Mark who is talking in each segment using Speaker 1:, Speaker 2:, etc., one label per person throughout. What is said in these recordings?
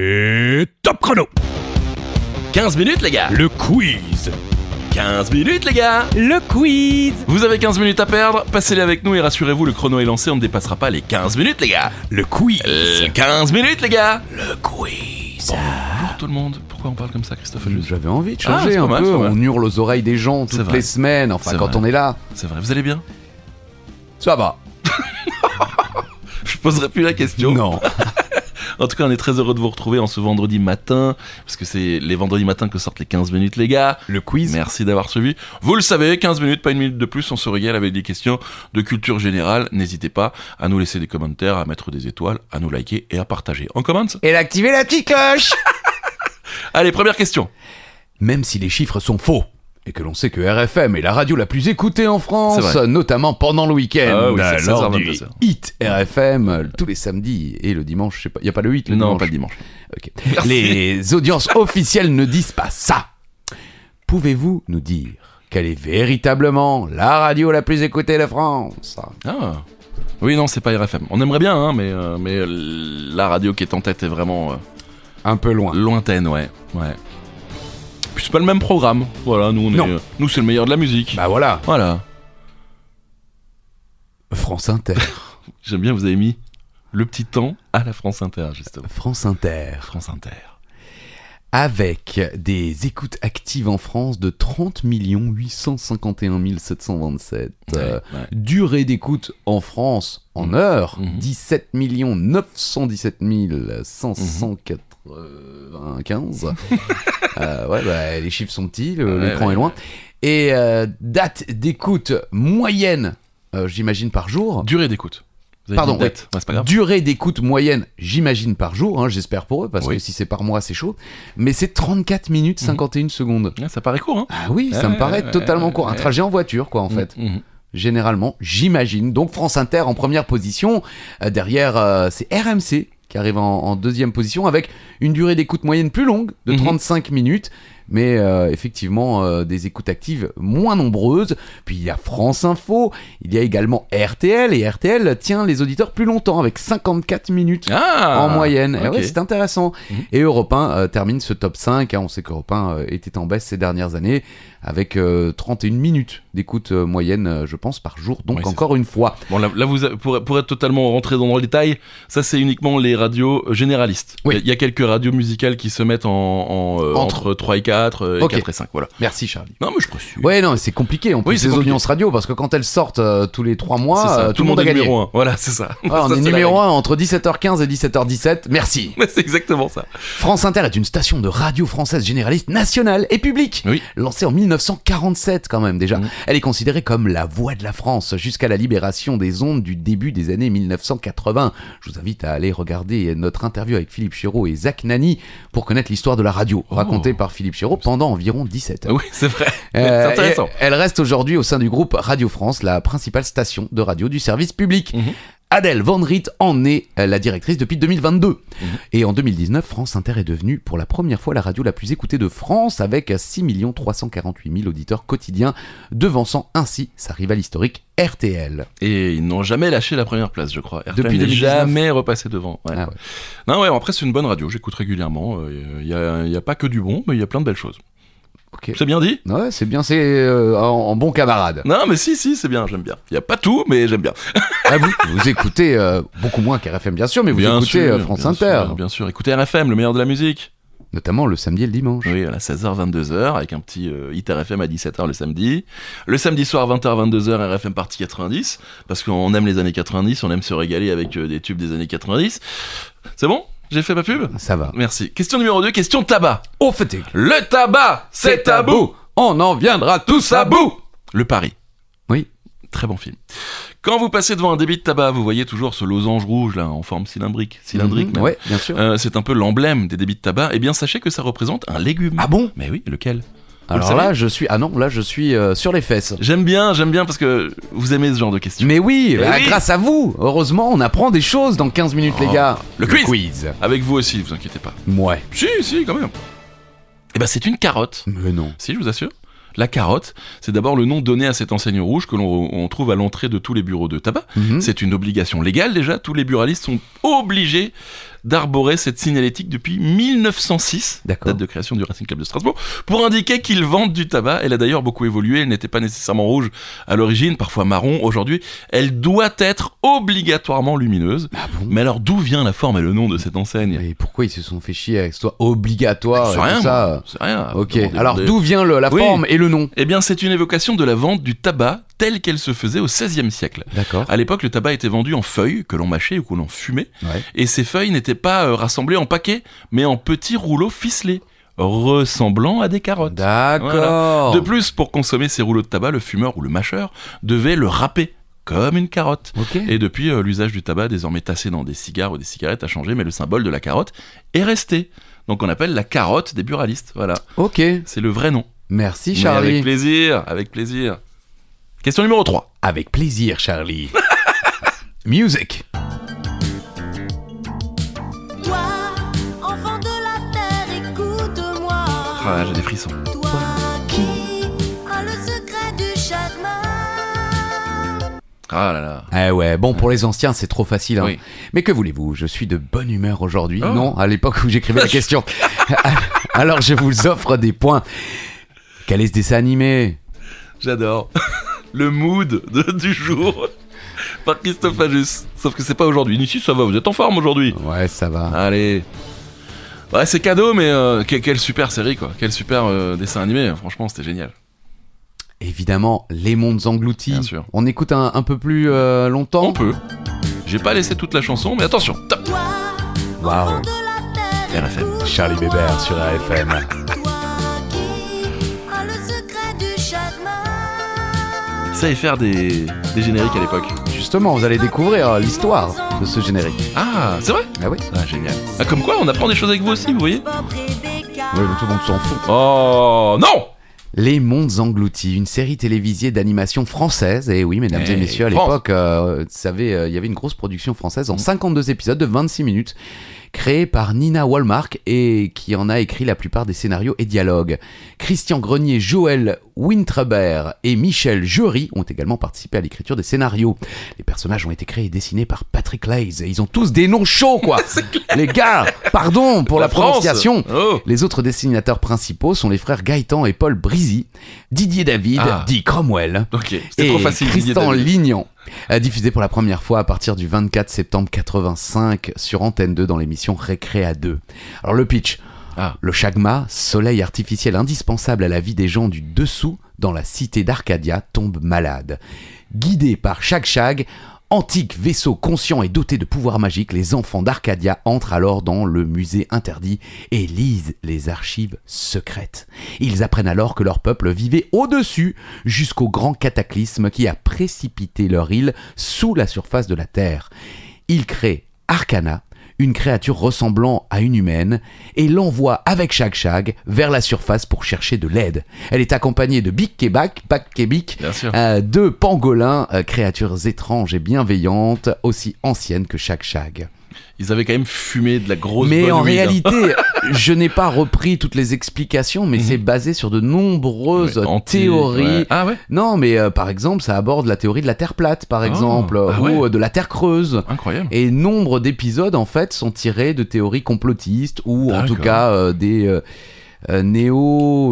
Speaker 1: Et top chrono
Speaker 2: 15 minutes, les gars
Speaker 1: Le quiz
Speaker 2: 15 minutes, les gars
Speaker 3: Le quiz
Speaker 2: Vous avez 15 minutes à perdre, passez-les avec nous et rassurez-vous, le chrono est lancé, on ne dépassera pas les 15 minutes, les gars
Speaker 1: Le quiz
Speaker 2: Euh, 15 minutes, les gars Le quiz Bonjour tout le monde, pourquoi on parle comme ça, Christophe Ajus
Speaker 4: J'avais envie de
Speaker 2: Ah, c'est
Speaker 4: changer
Speaker 2: pas
Speaker 4: un
Speaker 2: mal,
Speaker 4: peu.
Speaker 2: c'est pas mal.
Speaker 4: On hurle aux oreilles des gens
Speaker 2: C'est
Speaker 4: toutes
Speaker 2: vrai.
Speaker 4: les semaines. Enfin,
Speaker 2: C'est
Speaker 4: quand
Speaker 2: vrai.
Speaker 4: on est là,
Speaker 2: C'est vrai, vous allez bien
Speaker 4: ça va.
Speaker 2: Je poserai plus la question.
Speaker 4: Non.
Speaker 2: En tout cas, on est très heureux de vous retrouver en ce vendredi matin, parce que c'est les vendredis matins que sortent les 15 minutes, les gars
Speaker 4: Le quiz.
Speaker 2: Merci d'avoir suivi. Vous le savez, 15 minutes, pas une minute de plus, on se régale avec des questions de culture générale. N'hésitez pas à nous laisser des commentaires, à mettre des étoiles, à nous liker et à partager. On commence
Speaker 4: Et d'activer la petite cloche.
Speaker 2: Allez, première question.
Speaker 4: Même si les chiffres sont faux et que l'on sait que RFM est la radio la plus écoutée en
Speaker 2: C'est
Speaker 4: France,
Speaker 2: vrai.
Speaker 4: notamment pendant le week-end,
Speaker 2: Ah oui, c'est
Speaker 4: lors
Speaker 2: 16h22.
Speaker 4: du hit RFM euh, tous les samedis et le dimanche. Je sais pas, y a pas le 8 le
Speaker 2: non,
Speaker 4: dimanche.
Speaker 2: pas le dimanche.
Speaker 4: Ok.
Speaker 2: Merci.
Speaker 4: Les audiences officielles ne disent pas ça. Pouvez-vous nous dire quelle est véritablement la radio la plus écoutée de France
Speaker 2: Ah. Oui, non, c'est pas RFM. On aimerait bien, hein, mais, euh, mais euh, la radio qui est en tête est vraiment euh,
Speaker 4: Un peu loin.
Speaker 2: lointaine, ouais. ouais. Puis c'est pas le même programme. Voilà, nous, on est,
Speaker 4: Non.
Speaker 2: euh, nous c'est le meilleur de la musique.
Speaker 4: Bah voilà,
Speaker 2: Voilà.
Speaker 4: France Inter.
Speaker 2: J'aime bien, vous avez mis le petit temps à la France Inter, justement.
Speaker 4: France Inter.
Speaker 2: France Inter.
Speaker 4: Avec des écoutes actives en France de 30 851 727.
Speaker 2: Ouais,
Speaker 4: euh,
Speaker 2: ouais.
Speaker 4: Durée d'écoute en France en heure,
Speaker 2: Mhm.
Speaker 4: 17 917
Speaker 2: Mhm.
Speaker 4: 595. Euh, ouais, bah, les chiffres sont petits, le-
Speaker 2: Ouais,
Speaker 4: l'écran
Speaker 2: ouais,
Speaker 4: est loin. Et euh, date d'écoute moyenne, euh, j'imagine par jour.
Speaker 2: Durée d'écoute. Vous avez
Speaker 4: Pardon,
Speaker 2: dit date. Ouais, c'est pas grave.
Speaker 4: Durée d'écoute moyenne, j'imagine par jour, hein, j'espère pour eux, parce
Speaker 2: Oui.
Speaker 4: que si c'est par mois, c'est chaud. Mais c'est 34 minutes 51 secondes.
Speaker 2: Ouais, ça paraît court, hein
Speaker 4: Ah oui, ça
Speaker 2: Ouais,
Speaker 4: me paraît
Speaker 2: ouais,
Speaker 4: totalement
Speaker 2: ouais,
Speaker 4: court. Un
Speaker 2: ouais.
Speaker 4: trajet en voiture, quoi, en fait.
Speaker 2: Mhm.
Speaker 4: Généralement, j'imagine. Donc France Inter en première position. Euh, derrière, euh, c'est RMC qui arrive en, en deuxième position avec une durée d'écoute moyenne plus longue de
Speaker 2: Mhm.
Speaker 4: 35 minutes. Mais euh, effectivement, euh, des écoutes actives moins nombreuses. Puis il y a France Info, il y a également RTL. Et RTL tient les auditeurs plus longtemps avec 54 minutes
Speaker 2: Ah
Speaker 4: en moyenne. Et
Speaker 2: ok.
Speaker 4: ouais, c'est intéressant.
Speaker 2: Mhm.
Speaker 4: Et Europe 1 euh, termine ce top 5. hein. on sait qu'Europe 1 euh, était en baisse ces dernières années avec euh, 31 minutes d'écoute euh, moyenne, euh, je pense, par jour. Donc
Speaker 2: Ouais, c'est
Speaker 4: encore une fois,
Speaker 2: Bon, là, là, vous avez- pour, pour être totalement rentré dans le détail, ça, c'est uniquement les radios euh, généralistes.
Speaker 4: Oui.
Speaker 2: Il y a- il y a quelques radios musicales qui se mettent en, en, euh,
Speaker 4: Entre.
Speaker 2: entre 3 et 4, euh, et
Speaker 4: Ok.
Speaker 2: 4 et 5, voilà.
Speaker 4: merci Charlie.
Speaker 2: Non, mais je précise.
Speaker 4: Ouais, non, c'est compliqué. En
Speaker 2: Oui,
Speaker 4: plus,
Speaker 2: c'est
Speaker 4: les
Speaker 2: compliqué.
Speaker 4: audiences radio, parce que quand elles sortent euh, tous les 3
Speaker 2: C'est
Speaker 4: mois,
Speaker 2: ça,
Speaker 4: euh,
Speaker 2: tout le monde
Speaker 4: a
Speaker 2: est
Speaker 4: gagné.
Speaker 2: numéro 1. Voilà, c'est ça.
Speaker 4: Ouais, on
Speaker 2: Ça,
Speaker 4: est
Speaker 2: c'est la
Speaker 4: numéro
Speaker 2: règle.
Speaker 4: 1 entre 17h15 et 17h17. Merci.
Speaker 2: Mais c'est exactement ça.
Speaker 4: France Inter est une station de radio française généraliste nationale et publique.
Speaker 2: Oui.
Speaker 4: Lancée en 1947 quand même déjà.
Speaker 2: Mhm.
Speaker 4: Elle est considérée comme la voix de la France jusqu'à la libération des ondes du début des années 1980. Je vous invite à aller regarder notre interview avec Philippe Chéreau et Zach Nani pour connaître l'histoire de la radio
Speaker 2: Oh.
Speaker 4: racontée par Philippe Chéreau pendant environ 17 heures.
Speaker 2: Oui, c'est vrai.
Speaker 4: Euh,
Speaker 2: c'est intéressant.
Speaker 4: et- Elle reste aujourd'hui au sein du groupe Radio France, la principale station de radio du service public.
Speaker 2: Mhm.
Speaker 4: Adèle Van Riet en est euh, la directrice depuis 2022.
Speaker 2: Mhm.
Speaker 4: Et en 2019, France Inter est devenue pour la première fois la radio la plus écoutée de France avec 6 348 000 auditeurs quotidiens, devançant ainsi sa rivale historique RTL.
Speaker 2: Et ils n'ont jamais lâché la première place, je crois. RTL
Speaker 4: Depuis
Speaker 2: n'est
Speaker 4: 2019.
Speaker 2: jamais repassé devant. Ouais.
Speaker 4: Ah ouais.
Speaker 2: Non, ouais, après, c'est une bonne radio, j'écoute régulièrement. Il n'y a, pas que du bon, mais il y a plein de belles choses.
Speaker 4: Ok.
Speaker 2: C'est bien dit
Speaker 4: Ouais, c'est bien, c'est euh, en, en bon camarade.
Speaker 2: Non, mais si, si, c'est bien, j'aime bien. Il n'y a pas tout, mais j'aime bien.
Speaker 4: Ah, vous, vous écoutez euh, beaucoup moins qu'RFM, bien sûr, mais vous
Speaker 2: bien
Speaker 4: écoutez
Speaker 2: sûr,
Speaker 4: euh, France
Speaker 2: bien
Speaker 4: Inter,
Speaker 2: sûr, bien sûr, écoutez RFM, le meilleur de la musique.
Speaker 4: notamment le samedi et le dimanche.
Speaker 2: Oui, à la 16h, 22h, avec un petit euh, hit RFM à 17h le samedi. Le samedi soir, 20h, 22h, RFM Party 90, parce qu'on aime les années 90, on aime se régaler avec euh, des tubes des années 90. C'est bon J'ai fait ma pub
Speaker 4: Ça va.
Speaker 2: Merci. Question numéro 2, question tabac.
Speaker 4: Au fait,
Speaker 2: Le tabac, c'est tabou
Speaker 4: On en viendra tous à bout.
Speaker 2: Le Paris.
Speaker 4: Oui.
Speaker 2: Très bon film. Quand vous passez devant un débit de tabac, vous voyez toujours ce losange rouge là en forme cylindrique. Cylindrique,
Speaker 4: Mhm,
Speaker 2: même.
Speaker 4: Ouais, bien sûr.
Speaker 2: Euh, c'est un peu l'emblème des débits de tabac. Eh bien, sachez que ça représente un légume.
Speaker 4: Ah bon
Speaker 2: Mais oui, lequel le
Speaker 4: Alors
Speaker 2: savez
Speaker 4: là, je suis. Ah non, là, je suis euh, sur les fesses.
Speaker 2: J'aime bien, j'aime bien parce que vous aimez ce genre de questions.
Speaker 4: Mais oui,
Speaker 2: Eh
Speaker 4: bah,
Speaker 2: oui.
Speaker 4: grâce à vous. Heureusement, on apprend des choses dans 15 minutes, les
Speaker 2: Oh,
Speaker 4: gars.
Speaker 2: le quiz. Avec vous aussi, vous inquiétez pas.
Speaker 4: Ouais.
Speaker 2: Mm. Si, si, quand même. Eh ben, c'est une carotte.
Speaker 4: Mais non.
Speaker 2: Si, je vous assure. La carotte, c'est d'abord le nom donné à cette enseigne rouge que l'on on trouve à l'entrée de tous les bureaux de tabac.
Speaker 4: Mhm.
Speaker 2: C'est une obligation légale déjà, tous les buralistes sont obligés d'arborer cette signalétique depuis 1906,
Speaker 4: D'accord.
Speaker 2: date de création du Racing Club de Strasbourg, pour indiquer qu'ils vendent du tabac. Elle a d'ailleurs beaucoup évolué, elle n'était pas nécessairement rouge à l'origine, parfois marron. Aujourd'hui, elle doit être obligatoirement lumineuse.
Speaker 4: Ah bon
Speaker 2: Mais alors d'où vient la forme et le nom de cette enseigne
Speaker 4: Mais pourquoi ils se sont fait chier avec toi obligatoire
Speaker 2: C'est
Speaker 4: et
Speaker 2: rien,
Speaker 4: tout Ah, ça
Speaker 2: C'est rien.
Speaker 4: Ok,
Speaker 2: Demandez-
Speaker 4: alors
Speaker 2: demandez-
Speaker 4: d'où vient le- la
Speaker 2: Oui.
Speaker 4: forme et le nom
Speaker 2: Eh bien, c'est une évocation de la vente du tabac telle qu'elle se faisait au XVIe siècle.
Speaker 4: D'accord.
Speaker 2: À l'époque, le tabac était vendu en feuilles que l'on mâchait ou que l'on fumait,
Speaker 4: Ouais.
Speaker 2: et ces feuilles n'étaient pas euh, rassemblées en paquets, mais en petits rouleaux ficelés, ressemblant à des carottes.
Speaker 4: D'accord.
Speaker 2: De plus, pour consommer ces rouleaux de tabac, le fumeur ou le mâcheur devait le râper, comme une carotte.
Speaker 4: Ok.
Speaker 2: Et depuis, euh, l'usage du tabac, désormais tassé dans des cigares ou des cigarettes, a changé, mais le symbole de la carotte est resté. Donc on appelle la carotte des buralistes, voilà.
Speaker 4: Ok.
Speaker 2: C'est le vrai nom.
Speaker 4: Merci
Speaker 2: Mais Avec
Speaker 4: Charlie.
Speaker 2: plaisir, avec plaisir. Question numéro 3.
Speaker 4: Avec plaisir Charlie. Music.
Speaker 3: Toi, enfant de la terre, écoute-moi.
Speaker 2: Ah, j'ai des frissons.
Speaker 3: Toi qui as le secret du chagrin.
Speaker 2: Ah là là.
Speaker 4: Eh ouais, bon pour les anciens c'est trop facile. hein.
Speaker 2: Oui.
Speaker 4: Mais que voulez-vous, je suis de bonne humeur aujourd'hui.
Speaker 2: Oh.
Speaker 4: Non, à l'époque où j'écrivais la question. Alors je vous offre des points. Quel est ce dessin animé
Speaker 2: J'adore. Le mood de- du jour par Christophe Agius. Sauf que c'est pas aujourd'hui. Ni si ça va, vous êtes en forme aujourd'hui.
Speaker 4: Ouais, ça va.
Speaker 2: Allez. Ouais, c'est cadeau, mais euh, que- quelle super série, quoi. Quel super euh, dessin animé. Franchement, c'était génial.
Speaker 4: Évidemment, Les Mondes Engloutis.
Speaker 2: Bien sûr.
Speaker 4: On écoute un, un peu plus euh, longtemps.
Speaker 2: On peut. J'ai pas laissé toute la chanson, mais attention. Top.
Speaker 3: Toi, enfant
Speaker 4: Waouh.
Speaker 3: de la terre,
Speaker 2: RFM.
Speaker 3: écoute-moi.
Speaker 4: Charlie Bébert sur AFM.
Speaker 3: Toi qui as le secret du chagrin.
Speaker 2: Ça et faire des, des génériques à l'époque.
Speaker 4: Justement, vous allez découvrir euh, l'histoire de ce générique.
Speaker 2: Ah, c'est vrai
Speaker 4: Ah oui
Speaker 2: Ah, génial. Ah, comme quoi, on apprend des choses avec vous aussi, vous voyez
Speaker 3: Bob Rebecca.
Speaker 4: Oui, mais tout le monde s'en fout.
Speaker 2: Oh non
Speaker 4: Les Mondes Engloutis, une série télévisée d'animation française. Et oui, mesdames et
Speaker 2: Eh,
Speaker 4: messieurs, à
Speaker 2: France. Mm.
Speaker 4: l'époque, euh, vous savez, euh, il y avait une grosse production française en 52 épisodes de 26 minutes, créée par Nina Walmark et qui en a écrit la plupart des scénarios et dialogues. Christian Grenier, Joël Wintrebert et Michel Jury ont également participé à l'écriture des scénarios. Les personnages ont été créés et dessinés par Patrick Lays. Et ils ont tous des noms chauds, quoi Les gars, pardon pour la,
Speaker 2: France.
Speaker 4: prononciation
Speaker 2: Oh
Speaker 4: les autres dessinateurs principaux sont les frères Gaëtan et Paul Brisy, Didier David,
Speaker 2: Ah.
Speaker 4: dit Cromwell,
Speaker 2: Ok, c'était
Speaker 4: et
Speaker 2: trop facile. Didier
Speaker 4: Tristan
Speaker 2: David.
Speaker 4: Lignan. Euh, Diffusé pour la première fois à partir du 24 septembre 85 sur Antenne 2 dans l'émission Récréa 2. Alors le pitch.
Speaker 2: Ah.
Speaker 4: Le chagma, soleil artificiel indispensable à la vie des gens du dessous dans la cité d'Arcadia, tombe malade. Guidés par Shag-Shag, antique vaisseau conscient et doté de pouvoirs magiques, les enfants d'Arcadia entrent alors dans le musée interdit et lisent les archives secrètes. Ils apprennent alors que leur peuple vivait au-dessus jusqu'au grand cataclysme qui a précipité leur île sous la surface de la Terre. Ils créent Arcana, une créature ressemblant à une humaine, et l'envoie avec Shag-Shag vers la surface pour chercher de l'aide. Elle est accompagnée de Big Kebak, Bak Kebik,
Speaker 2: Bien sûr.
Speaker 4: euh, deux pangolins, euh, créatures étranges et bienveillantes, aussi anciennes que Shag-Shag.
Speaker 2: Ils avaient quand même fumé de la grosse
Speaker 4: Mais
Speaker 2: bonne
Speaker 4: en
Speaker 2: weed, hein.
Speaker 4: réalité, je n'ai pas repris toutes les explications, mais
Speaker 2: Mhm.
Speaker 4: c'est basé sur de nombreuses
Speaker 2: Ouais, anti-
Speaker 4: théories.
Speaker 2: ouais. Ah ouais
Speaker 4: Non, mais euh, par exemple, ça aborde la théorie de la Terre plate, par
Speaker 2: Ah,
Speaker 4: exemple,
Speaker 2: ah
Speaker 4: ou
Speaker 2: ouais.
Speaker 4: euh, de la Terre creuse.
Speaker 2: Incroyable.
Speaker 4: Et nombre d'épisodes, en fait, sont tirés de théories complotistes ou en
Speaker 2: D'accord.
Speaker 4: tout cas euh, des euh, euh, néo,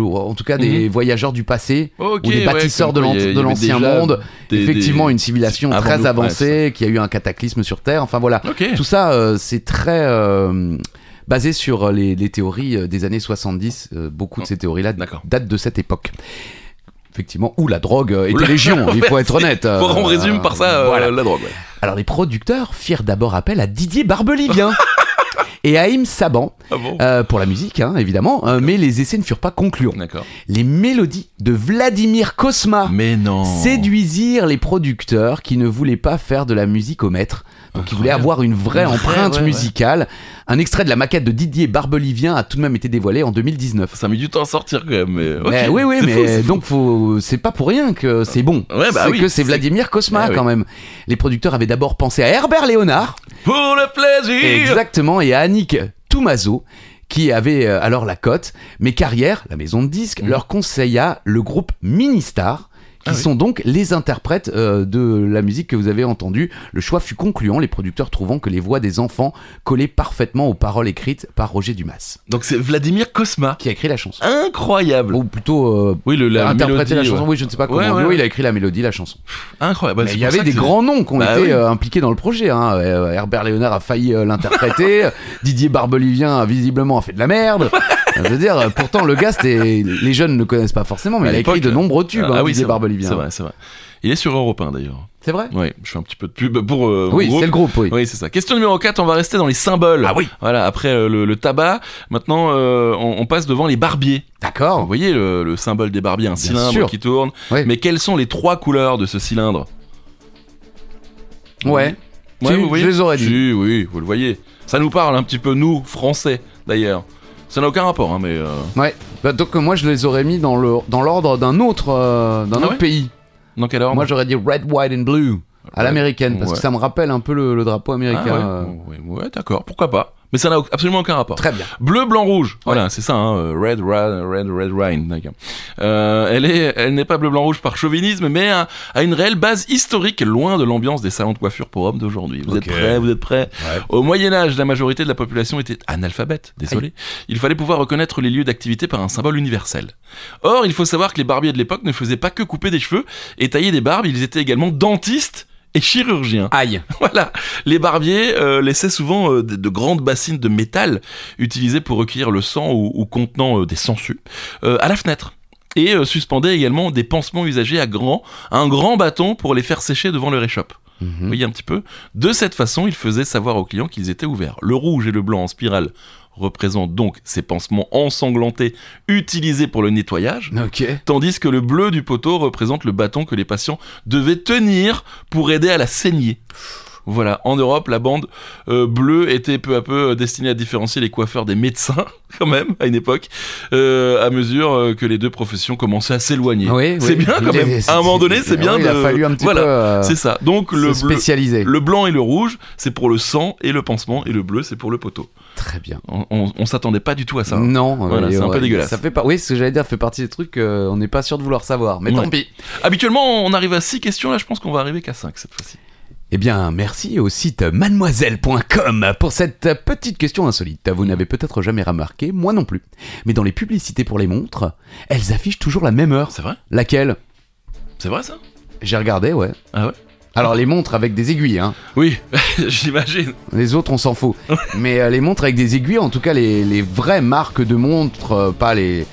Speaker 4: ou en tout cas des
Speaker 2: Mhm.
Speaker 4: voyageurs du passé.
Speaker 2: Ok,
Speaker 4: ou des
Speaker 2: ouais,
Speaker 4: bâtisseurs
Speaker 2: comme
Speaker 4: de
Speaker 2: quoi,
Speaker 4: l'an-
Speaker 2: il y
Speaker 4: de
Speaker 2: avait
Speaker 4: l'ancien
Speaker 2: déjà
Speaker 4: monde,
Speaker 2: des-
Speaker 4: Effectivement,
Speaker 2: des-
Speaker 4: une civilisation
Speaker 2: avant
Speaker 4: très
Speaker 2: nous,
Speaker 4: avancée qui a eu un cataclysme sur Terre. Enfin voilà,
Speaker 2: Ok.
Speaker 4: tout ça, euh, c'est très euh, basé sur euh, les, les théories euh, des années 70. Euh, beaucoup de ces théories-là
Speaker 2: D'accord.
Speaker 4: datent de cette époque. Effectivement, où la drogue euh,
Speaker 2: Oula.
Speaker 4: était légion, il faut être honnête.
Speaker 2: Faut qu'on
Speaker 4: Euh,
Speaker 2: résume par ça euh,
Speaker 4: voilà.
Speaker 2: la drogue. ouais.
Speaker 4: Alors les producteurs firent d'abord appel à Didier Barbelivien et à Im Saban
Speaker 2: Ah bon
Speaker 4: euh, pour la musique, hein, évidemment, euh, mais les essais ne furent pas concluants.
Speaker 2: D'accord.
Speaker 4: Les mélodies de Vladimir Kosma
Speaker 2: Ah. Mais non.
Speaker 4: séduisirent les producteurs qui ne voulaient pas faire de la musique au maître. Donc ils voulaient
Speaker 2: Incroyable.
Speaker 4: avoir une vraie
Speaker 2: Une vraie,
Speaker 4: empreinte
Speaker 2: ouais, ouais.
Speaker 4: musicale. Un extrait de la maquette de Didier Barbelivien a tout de même été dévoilé en 2019.
Speaker 2: Ça a mis du temps à sortir quand même. Mais, ok.
Speaker 4: Mais oui, oui,
Speaker 2: C'est fou,
Speaker 4: mais
Speaker 2: c'est fou.
Speaker 4: donc faut- c'est pas pour rien que c'est bon.
Speaker 2: Ouais, bah
Speaker 4: c'est
Speaker 2: oui,
Speaker 4: que c'est
Speaker 2: c'est-
Speaker 4: Vladimir Kosma
Speaker 2: Ouais, oui.
Speaker 4: quand même. Les producteurs avaient d'abord pensé à Herbert Léonard,
Speaker 2: Pour le plaisir
Speaker 4: exactement, et à Annick Toumazo, qui avait euh, alors la cote. Mais Carrière, la maison de disques,
Speaker 2: Mhm.
Speaker 4: leur conseilla le groupe Ministar, qui
Speaker 2: Ah oui.
Speaker 4: sont donc les interprètes euh, de la musique que vous avez entendue. Le choix fut concluant, les producteurs trouvant que les voix des enfants collaient parfaitement aux paroles écrites par Roger Dumas,
Speaker 2: Donc c'est Vladimir Kosma.
Speaker 4: qui a écrit la chanson.
Speaker 2: Incroyable.
Speaker 4: Ou plutôt euh,
Speaker 2: Oui, le, Ah, la
Speaker 4: interprété la
Speaker 2: mélodie,
Speaker 4: chanson,
Speaker 2: ouais.
Speaker 4: oui, je ne sais pas comment.
Speaker 2: Ouais,
Speaker 4: on dit.
Speaker 2: ouais,
Speaker 4: Oui,
Speaker 2: ouais.
Speaker 4: il a écrit la mélodie, la chanson.
Speaker 2: Incroyable. Bah,
Speaker 4: Mais
Speaker 2: c'est
Speaker 4: il y
Speaker 2: pour
Speaker 4: avait
Speaker 2: ça
Speaker 4: des
Speaker 2: que c'est-
Speaker 4: grands noms qui ont
Speaker 2: Bah
Speaker 4: été
Speaker 2: oui.
Speaker 4: euh, impliqués dans le projet. hein. Euh, Herbert Léonard a failli euh, l'interpréter. Didier Barbelivien a visiblement fait de la merde. Je veux dire, euh, pourtant le gars, c'était- les jeunes ne le connaissent pas forcément, mais
Speaker 2: À
Speaker 4: il a écrit
Speaker 2: l'époque, euh, ah
Speaker 4: de nombreux tubes, hein,
Speaker 2: oui,
Speaker 4: Didier
Speaker 2: c'est vrai,
Speaker 4: Barbelivien.
Speaker 2: C'est vrai, c'est vrai. Il est sur Europe 1 d'ailleurs.
Speaker 4: C'est vrai
Speaker 2: Oui, je fais un petit peu de pub pour. euh,
Speaker 4: Oui,
Speaker 2: groupe.
Speaker 4: c'est le groupe, oui.
Speaker 2: Oui, c'est ça. Question numéro 4, on va rester dans les symboles.
Speaker 4: Ah oui.
Speaker 2: Voilà, après euh, le, le tabac, maintenant euh, on, on passe devant les barbiers. Vous
Speaker 4: D'accord.
Speaker 2: voyez le, le symbole des barbiers, un cylindre
Speaker 4: Oh. sûr.
Speaker 2: qui tourne.
Speaker 4: Oui.
Speaker 2: Mais quelles sont les trois couleurs de ce cylindre
Speaker 4: Ouais.
Speaker 2: Oui,
Speaker 4: Tu- je les aurais dit.
Speaker 2: Si, oui, vous le voyez. Ça nous parle un petit peu, nous, français, d'ailleurs. Ça n'a aucun rapport, hein, mais. euh,
Speaker 4: Ouais. Bah, donc euh, moi, je les aurais mis dans le dans l'ordre d'un autre euh, d'un
Speaker 2: Ah
Speaker 4: autre
Speaker 2: ouais
Speaker 4: pays.
Speaker 2: Dans quelle ordre
Speaker 4: Moi, j'aurais dit red, white and blue à
Speaker 2: Ouais.
Speaker 4: l'américaine parce
Speaker 2: Ouais.
Speaker 4: que ça me rappelle un peu le, le drapeau
Speaker 2: Ah,
Speaker 4: américain. euh.
Speaker 2: ouais, ouais, ouais, d'accord, pourquoi pas. Mais ça n'a au- absolument aucun rapport.
Speaker 4: Très bien.
Speaker 2: Bleu, blanc, rouge. Voilà, c'est ça, hein, euh, Red, ra- Red, Red Rhine. d'accord. Euh, elle est, elle n'est pas bleu, blanc, rouge par chauvinisme, mais a, a une réelle base historique, loin de l'ambiance des salons de coiffure pour hommes d'aujourd'hui. Vous
Speaker 4: Ok.
Speaker 2: êtes prêts Vous êtes prêts Au Moyen Âge, la majorité de la population était analphabète. Désolé. Il fallait pouvoir reconnaître les lieux d'activité par un symbole universel. Or, il faut savoir que les barbiers de l'époque ne faisaient pas que couper des cheveux et tailler des barbes. Ils étaient également dentistes et chirurgiens.
Speaker 4: Aïe.
Speaker 2: Voilà, les barbiers euh, laissaient souvent euh, de, de grandes bassines de métal utilisées pour recueillir le sang ou, ou contenant euh, des sangsues euh, à la fenêtre. Et euh, suspendaient également des pansements usagés à grand, à un grand bâton pour les faire sécher devant leur échoppe.
Speaker 4: Mmh.
Speaker 2: Vous
Speaker 4: Mhm.
Speaker 2: voyez un petit peu De cette façon, ils faisaient savoir aux clients qu'ils étaient ouverts. Le rouge et le blanc en spirale représentent donc ces pansements ensanglantés utilisés pour le nettoyage
Speaker 4: Ok.
Speaker 2: tandis que le bleu du poteau représente le bâton que les patients devaient tenir pour aider à la saignée. Voilà, en Europe, la bande euh, bleue était peu à peu euh, destinée à différencier les coiffeurs des médecins, quand même, à une époque, euh, à mesure euh, que les deux professions commençaient à s'éloigner.
Speaker 4: Oui,
Speaker 2: c'est
Speaker 4: oui.
Speaker 2: bien quand
Speaker 4: Il
Speaker 2: même.
Speaker 4: avait-
Speaker 2: À un moment donné, c'est bien
Speaker 4: Il a
Speaker 2: de-
Speaker 4: fallu un petit
Speaker 2: voilà,
Speaker 4: peu euh,
Speaker 2: C'est ça. Donc le
Speaker 4: se
Speaker 2: bleu,
Speaker 4: spécialiser.
Speaker 2: le blanc et le rouge, c'est pour le sang et le pansement, et le bleu, c'est pour le poteau.
Speaker 4: Très bien.
Speaker 2: On, on- on s'attendait pas du tout à ça.
Speaker 4: Non,
Speaker 2: Voilà,
Speaker 4: mais
Speaker 2: c'est un peu
Speaker 4: ouais,
Speaker 2: dégueulasse.
Speaker 4: Ça fait pas... Oui, ce que j'allais dire fait partie des trucs euh, on n'est pas sûr de vouloir savoir, mais
Speaker 2: Ouais.
Speaker 4: tant pis.
Speaker 2: Habituellement, on arrive à 6 questions, là, je pense qu'on va arriver qu'à 5 cette fois-ci.
Speaker 4: Eh bien, merci au site mademoiselle.com pour cette petite question insolite. Vous n'avez peut-être jamais remarqué, moi non plus. Mais dans les publicités pour les montres, elles affichent toujours la même heure.
Speaker 2: C'est vrai
Speaker 4: Laquelle
Speaker 2: C'est vrai ça
Speaker 4: J'ai regardé, ouais.
Speaker 2: Ah ouais
Speaker 4: Alors les montres avec des aiguilles, hein.
Speaker 2: Oui, j'imagine.
Speaker 4: Les autres, on s'en fout. Mais euh, les montres avec des aiguilles, en tout cas les, les vraies marques de montres, euh, pas les,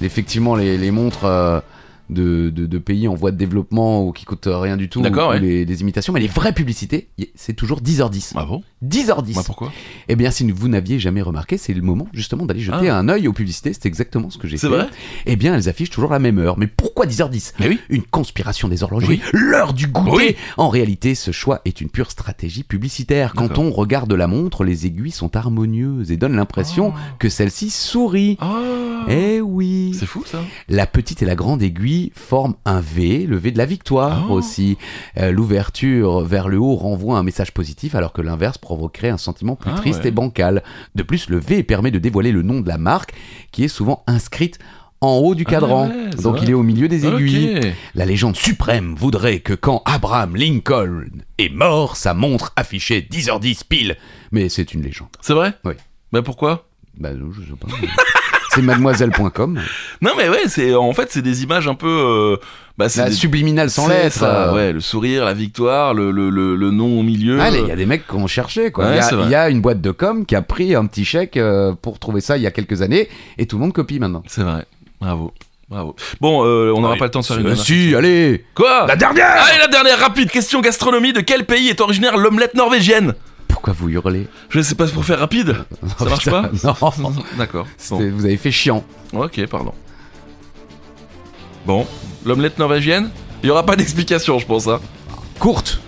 Speaker 4: les- effectivement les, les montres euh, de, de- de pays en voie de développement ou qui coûtent euh, rien du tout,
Speaker 2: D'accord,
Speaker 4: ou
Speaker 2: ouais.
Speaker 4: les, les imitations, mais les vraies publicités, y- c'est toujours 10h10.
Speaker 2: Ah bon
Speaker 4: 10h10.
Speaker 2: Bah pourquoi
Speaker 4: Eh bien, si vous n'aviez jamais remarqué, c'est le moment justement d'aller jeter un œil aux publicités. C'est exactement ce que j'ai fait.
Speaker 2: Ah. C'est vrai
Speaker 4: Eh bien, elles affichent toujours la même heure. Mais pourquoi 10h10
Speaker 2: Mais oui.
Speaker 4: Une conspiration des horlogers.
Speaker 2: Oui.
Speaker 4: L'heure du goûter.
Speaker 2: Oui.
Speaker 4: En réalité, ce choix est une pure stratégie publicitaire. Quand
Speaker 2: D'accord.
Speaker 4: on regarde la montre, les aiguilles sont harmonieuses et donnent l'impression
Speaker 2: Oh.
Speaker 4: que celle-ci sourit.
Speaker 2: Ah
Speaker 4: Eh oui.
Speaker 2: C'est fou ça
Speaker 4: La petite et la grande aiguille forment un V, le V de la victoire
Speaker 2: Oh.
Speaker 4: aussi. Euh, L'ouverture vers le haut renvoie un message positif alors que l'inverse provoquerait un sentiment plus
Speaker 2: Ah
Speaker 4: triste
Speaker 2: ouais.
Speaker 4: et bancal. De plus, le V permet de dévoiler le nom de la marque qui est souvent inscrite en haut du
Speaker 2: Ah
Speaker 4: cadran.
Speaker 2: ouais, c'est
Speaker 4: Donc
Speaker 2: vrai.
Speaker 4: il est au milieu des aiguilles.
Speaker 2: Ok.
Speaker 4: La légende suprême voudrait que quand Abraham Lincoln est mort, sa montre affichait 10h10 pile. Mais c'est une légende.
Speaker 2: C'est vrai
Speaker 4: Oui.
Speaker 2: Bah pourquoi
Speaker 4: Bah, je sais pas. c'est mademoiselle.com.
Speaker 2: Non mais ouais, c'est en fait c'est des images un peu euh, bah c'est
Speaker 4: La
Speaker 2: des-
Speaker 4: subliminale sans
Speaker 2: c'est
Speaker 4: lettres.
Speaker 2: ça,
Speaker 4: euh,
Speaker 2: ouais, le sourire, la victoire, le, le, le, le nom au milieu.
Speaker 4: Ah, il y a des mecs qui ont cherché quoi.
Speaker 2: euh, Ouais,
Speaker 4: Il y a-
Speaker 2: c'est vrai.
Speaker 4: il y, a une boîte de com qui a pris un petit chèque euh, pour trouver ça il y a quelques années et tout le monde copie maintenant.
Speaker 2: C'est vrai. Bravo. Bravo. Bon, euh, on n'aura pas le temps de faire une dernière.
Speaker 4: si, allez
Speaker 2: Quoi
Speaker 4: La dernière
Speaker 2: Allez, la dernière rapide question gastronomie. De quel pays est originaire l'omelette norvégienne
Speaker 4: Pourquoi vous hurlez
Speaker 2: Je sais pas c'est pour faire rapide. Ça marche
Speaker 4: putain,
Speaker 2: pas
Speaker 4: non.
Speaker 2: D'accord. Bon.
Speaker 4: Oh. C'était- Vous avez fait chiant.
Speaker 2: Ok, pardon. Bon, l'omelette norvégienne Il y aura pas d'explication, je pense. Hein.
Speaker 4: Courte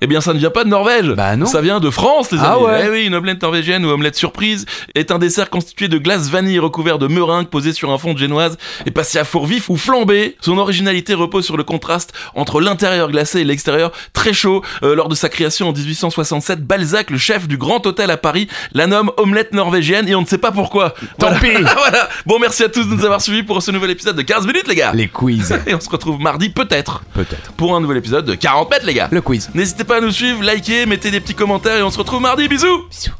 Speaker 2: Eh bien, ça ne vient pas de Norvège.
Speaker 4: Bah non.
Speaker 2: Ça vient de France, les
Speaker 4: Ah
Speaker 2: amis.
Speaker 4: ouais.
Speaker 2: Eh oui, une omelette norvégienne ou omelette surprise est un dessert constitué de glace vanille recouvert de meringue posée sur un fond de génoise et passé à four vif ou flambé. Son originalité repose sur le contraste entre l'intérieur glacé et l'extérieur très chaud. Euh, lors de sa création en 1867, Balzac, le chef du Grand Hôtel à Paris, la nomme omelette norvégienne et on ne sait pas pourquoi.
Speaker 4: Tant
Speaker 2: Voilà.
Speaker 4: pis.
Speaker 2: voilà. Bon, merci à tous de nous avoir suivis pour ce nouvel épisode de 15 minutes, les gars.
Speaker 4: Les quiz,
Speaker 2: Et on se retrouve mardi peut-être
Speaker 4: peut-être.
Speaker 2: pour un nouvel épisode de 40 mètres, les gars.
Speaker 4: Le quiz.
Speaker 2: N'hésitez pas à nous suivre, liker, mettez des petits commentaires et on se retrouve mardi. Bisous
Speaker 4: Bisous.